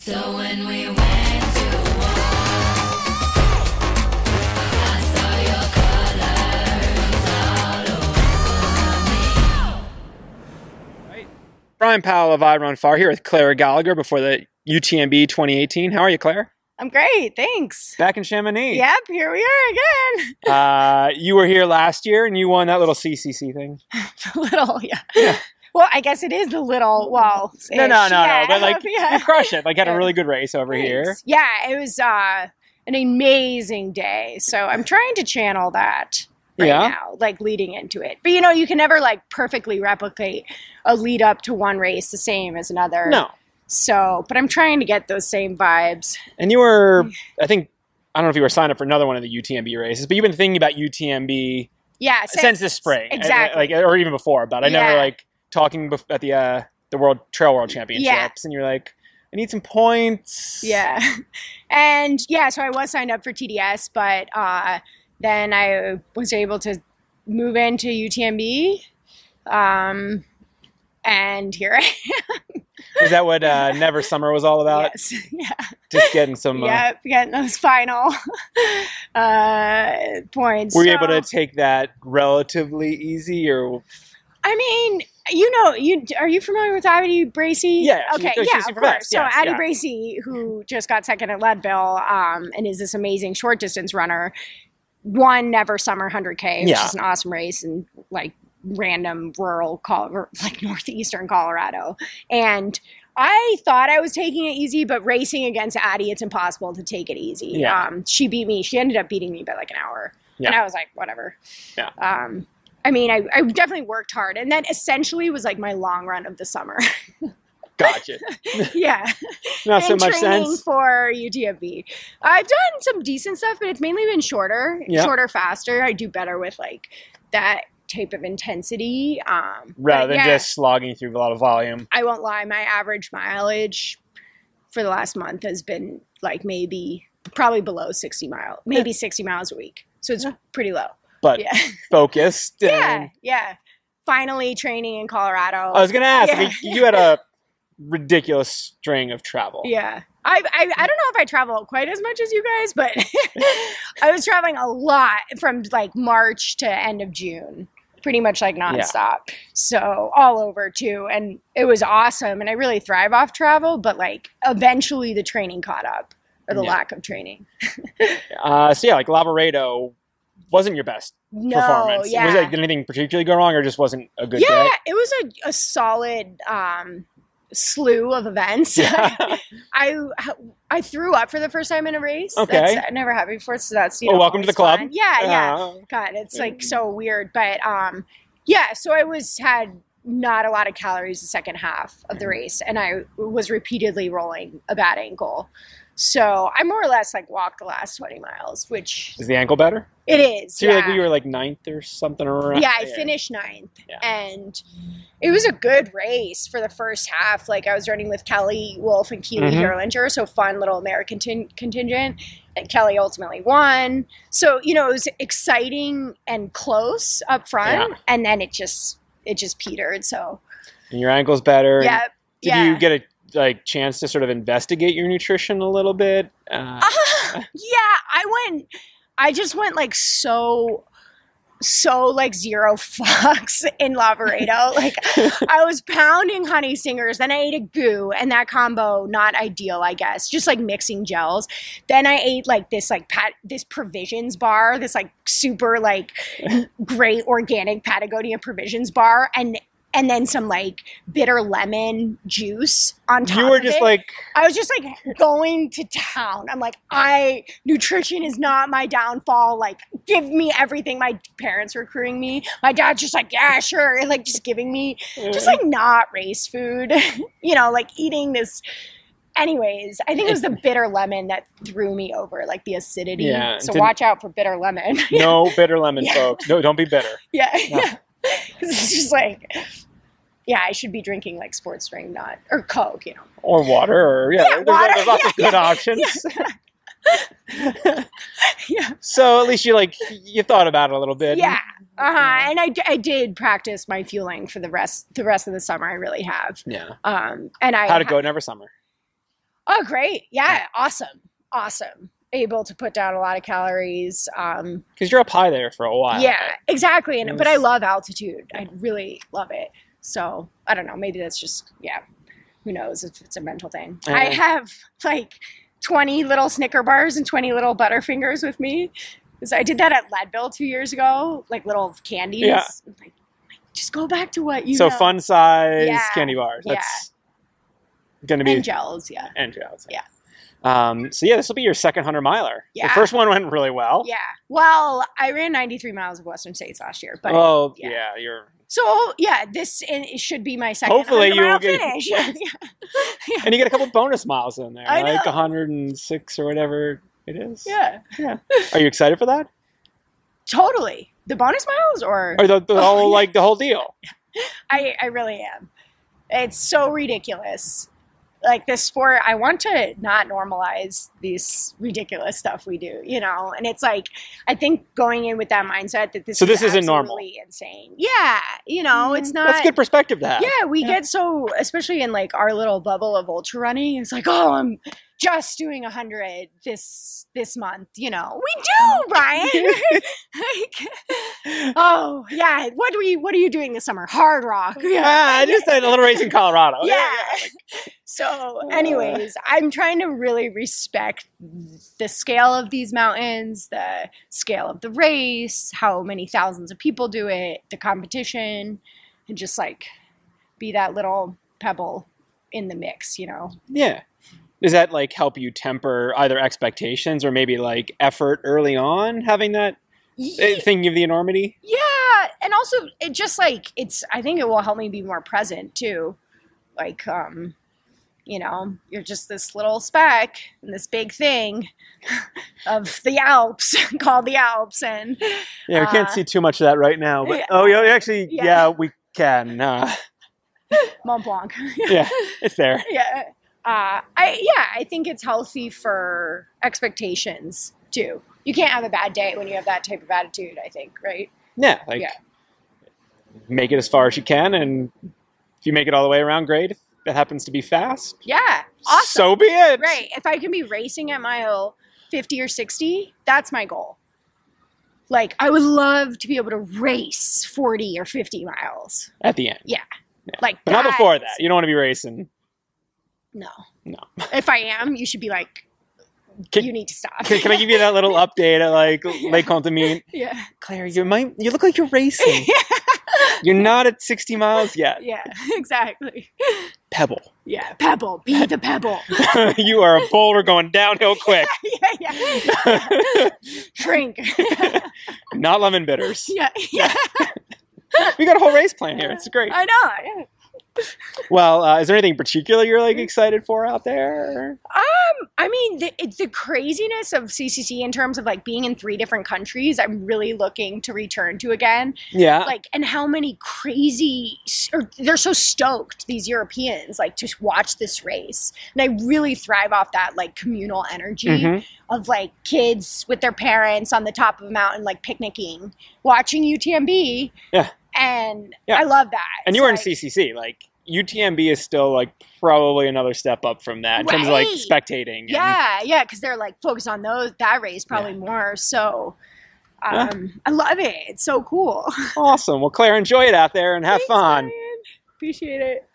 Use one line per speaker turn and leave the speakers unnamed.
So when we went to war, I saw your colors all over me.
Brian Powell of I Run Far here with Clara Gallagher before the UTMB 2018. How are you, Claire?
I'm great, thanks.
Back in Chamonix.
Yep, here we are again.
Uh, you were here last year and you won that little CCC thing.
The little, yeah. Well, I guess it is the little. Well,
No, no,
ish,
no,
yeah.
no. But like,
Yeah.
you crushed it. Like, had a
Yeah.
really good race over here.
Thanks. Yeah, it was uh, an amazing day. So I'm trying to channel that right
Yeah.
now, like leading into it. But you know, you can never like perfectly replicate a lead up to one race the same as another.
No.
So, but I'm trying to get those same vibes.
And you were, I think, I don't know if you were signed up for another one of the UTMB races, but you've been thinking about UTMB
Yeah.
since, the spring, I-
exactly.
like, or even before. But I never
Yeah.
like talking bef- at the uh, the World Trail World Championships, and you're like, I need some points.
Yeah. And yeah, so I was signed up for TDS, but uh, then I was able to move into UTMB. Um, and here I
Is that what uh, Never Summer was all
am.
about?
Yes. Yeah.
Just getting some. Uh,
Yep. Getting those final uh, points.
Were you
So,
able to take that relatively easy, or
I mean, you know, you are you familiar with Abby Bracy?
Yeah, she-
Okay.
she's
yeah.
super
of course.
fast,
So
yes,
Addie
yeah.
Bracy, who just got second at Leadville, um, and is this amazing short distance runner, won Never Summer 100K, which
Yeah.
is an awesome race and like random rural Col- like northeastern Colorado, and. I thought I was taking it easy, but racing against Addie, it's impossible to take it easy.
Yeah.
Um, she beat me. She ended up beating me by like an hour. And
Yeah.
I was like, whatever.
Yeah.
Um, I mean, I, I definitely worked hard. And that essentially was like my long run of the summer.
gotcha?
yeah.
Not so
and
much
training
sense.
for UTMB. I've done some decent stuff, but it's mainly been shorter,
Yeah.
shorter, faster. I do better with like that type of intensity. Um, but
Rather than
yeah,
just slogging through a lot of volume.
I won't lie, my average mileage for the last month has been like maybe, probably below 60 mile, maybe 60 miles a week. So it's pretty low.
But
Yeah.
focused.
Yeah,
and-
yeah. Finally training in Colorado.
I was gonna ask.
Yeah.
You, you had a ridiculous string of travel.
yeah. I, I, I don't know if I travel quite as much as you guys, but I was traveling a lot from like March to end of June, pretty much like nonstop. So all over too. And it was awesome. And I really thrive off travel, but like eventually the training caught up or the
Yeah.
lack of training.
Uh, so yeah, like Lavaredo wasn't your best
No,
performance.
yeah.
Was like, did anything particularly go wrong, or just wasn't a good
yeah,
day?
it was a, a solid um, slew of events.
Yeah.
I I threw up for the first time in a race.
Okay.
That's, I never have before, so that's you
Well,
know,
welcome to the
always
club.
fun. Yeah, yeah.
Uh,
God, it's like so weird, but um, yeah. So I was had not a lot of calories the second half
Mm-hmm.
of the race, and I was repeatedly rolling a bad ankle. So I more or less like walked the last twenty miles, which
is the ankle better?
it is.
So you're like
yeah.
you were like ninth or something around.
Yeah, I finished ninth,
Yeah.
and it was a good race for the first half. Like I was running with Kelly Wolf and Keely
Mhm.
Gerlinger, so fun little American tin- contingent. And Kelly ultimately won, so you know it was exciting and close up front,
Yeah.
and then it just it just petered. So
And your ankle's better. and
yeah,
Did
yeah.
you get a like chance to sort of investigate your nutrition a little bit? Uh,
yeah, I went. I just went like so, so like zero fucks in Lavaredo. like I was pounding honey singers, then I ate a goo, and that combo not ideal, I guess. Just like mixing gels. Then I ate like this like pat this provisions bar, this like super like great organic Patagonia provisions bar, and and then some like bitter lemon juice on top.
you were
of
just
it.
like
I was just like going to town. I'm like, I nutrition is not my downfall. Like, give me everything. My parents were crewing me. My dad's just like, yeah, sure, and like just giving me
uh,
just like not race food. you know, like eating this. Anyways, I think it was the bitter lemon that threw me over, like the acidity.
Yeah,
so
didn't-
watch out for bitter lemon.
no bitter lemon,
Yeah.
folks. No, don't be bitter.
yeah,
No.
yeah. 'Cause It's just like, yeah, I should be drinking like sports drink, not or Coke. You know.
Or water, or yeah,
Yeah,
there's,
water,
there's lots of
yeah,
good options.
Yeah.
So at least you like you thought about it a little bit.
Yeah. Uh
Yeah.
huh. And I, d- I did practice my fueling for the rest the rest of the summer. I really have.
Yeah.
Um, and I
How'd it go? Never summer.
Oh, great. Yeah. Awesome. Awesome. Able to put down a lot of calories. Um,
because you're up high there for a while.
yeah, exactly. And, But I
Yes.
love altitude. I really love it. So I don't know. Maybe that's just, yeah, who knows if it's a mental thing. I
Uh.
have like 20 little Snicker bars and 20 little Butterfingers with me. 'Cause I did that at Leadville two years ago, like little candies.
Yeah.
Like, just go back to what you
so
know.
fun size
Yeah.
candy bars.
Yeah.
That's gonna be
And gels, yeah.
and gels.
Yeah.
Um, so yeah, this will be your second hundred miler.
Yeah.
The first one went really well.
Yeah. Well, I ran 93 miles of Western States last year, but
oh
yeah.
yeah. you're
so yeah, this i- it should be my second.
Hopefully
100
you
mile
will get-
finish. Yeah. yeah.
and you get a couple bonus miles in there,
I
like
know.
hundred and six or whatever it is.
Yeah.
Are you excited for that?
Totally. The bonus miles, or
Or the, the
Oh,
whole
yeah.
like the whole deal?
I I really am. It's so ridiculous. Like this sport, I want to not normalize this ridiculous stuff we do, you know. And it's like, I think going in with that mindset that this
So
is
this isn't normal.
absolutely insane. Yeah, you know, it's not.
That's good perspective to have.
Yeah, we
Yeah.
get so especially in like our little bubble of ultra running. It's like, oh, I'm just doing a hundred this this month. You know, we do, Brian. like, oh yeah, what are you What are you doing this summer? Hard rock. Yeah.
Ah, I just did a little race in Colorado.
Oh, Yeah. oh. So, anyways, I'm trying to really respect the scale of these mountains, the scale of the race, how many thousands of people do it, the competition, and just like be that little pebble in the mix, you know?
Yeah. Does that like help you temper either expectations or maybe like effort early on having that eh, thinking of the enormity?
Yeah, and also it just like it's I think it will help me be more present too. Like um you know, you're just this little speck in this big thing of the Alps called the Alps and
Yeah, we can't
Uh,
see too much of that right now. But
yeah.
oh, yeah, actually,
Yeah.
yeah, we can. Uh,
Mont Blanc.
yeah, it's there.
yeah. Uh, I yeah, I think it's healthy for expectations too. You can't have a bad day when you have that type of attitude, I think, right?
Yeah, like
Yeah.
make it as far as you can, and if you make it all the way around, great. If that happens to be fast,
Yeah. Awesome.
so be it.
Right. If I can be racing at mile 50 or 60, that's my goal. Like, I would love to be able to race 40 or 50 miles.
at the end,
Like,
but not before
that's-
that. You don't want to be racing.
No.
No.
if I am, you should be like,
Can-
you need to stop.
Can, can I give you that little update at like Lake Contamine?
yeah.
Claire, you might you look like you're racing. You're not at 60 miles yet.
Yeah, exactly.
Pebble.
Yeah. Pebble. Be the pebble.
you are a boulder going downhill quick.
yeah, yeah. Drink.
not lemon bitters.
yeah. Yeah.
We got a whole race plan here. It's great.
I know. yeah.
Well, uh, is there anything in particular you're
Mm-hmm.
like excited for out there?
Um, I mean, the, it's the craziness of CCC in terms of like being in three different countries, I'm really looking to return to again.
Yeah.
Like, and how many crazy, or they're so stoked, these Europeans, like to watch this race. And I really thrive off that like communal energy
Mhm.
of like kids with their parents on the top of a mountain, like picnicking, watching UTMB.
Yeah.
And
Yeah.
I love that.
And you
It's
were in CCC.
like-
Like UTMB is still like probably another step up from that in terms of like
Right.
spectating. and-
Yeah, yeah, because they're like focused on those that race probably more. So
Yeah.
um, I love it. It's so cool.
Awesome. Well, Claire, enjoy it out there and have
Thanks,
fun.
Ryan. Appreciate it.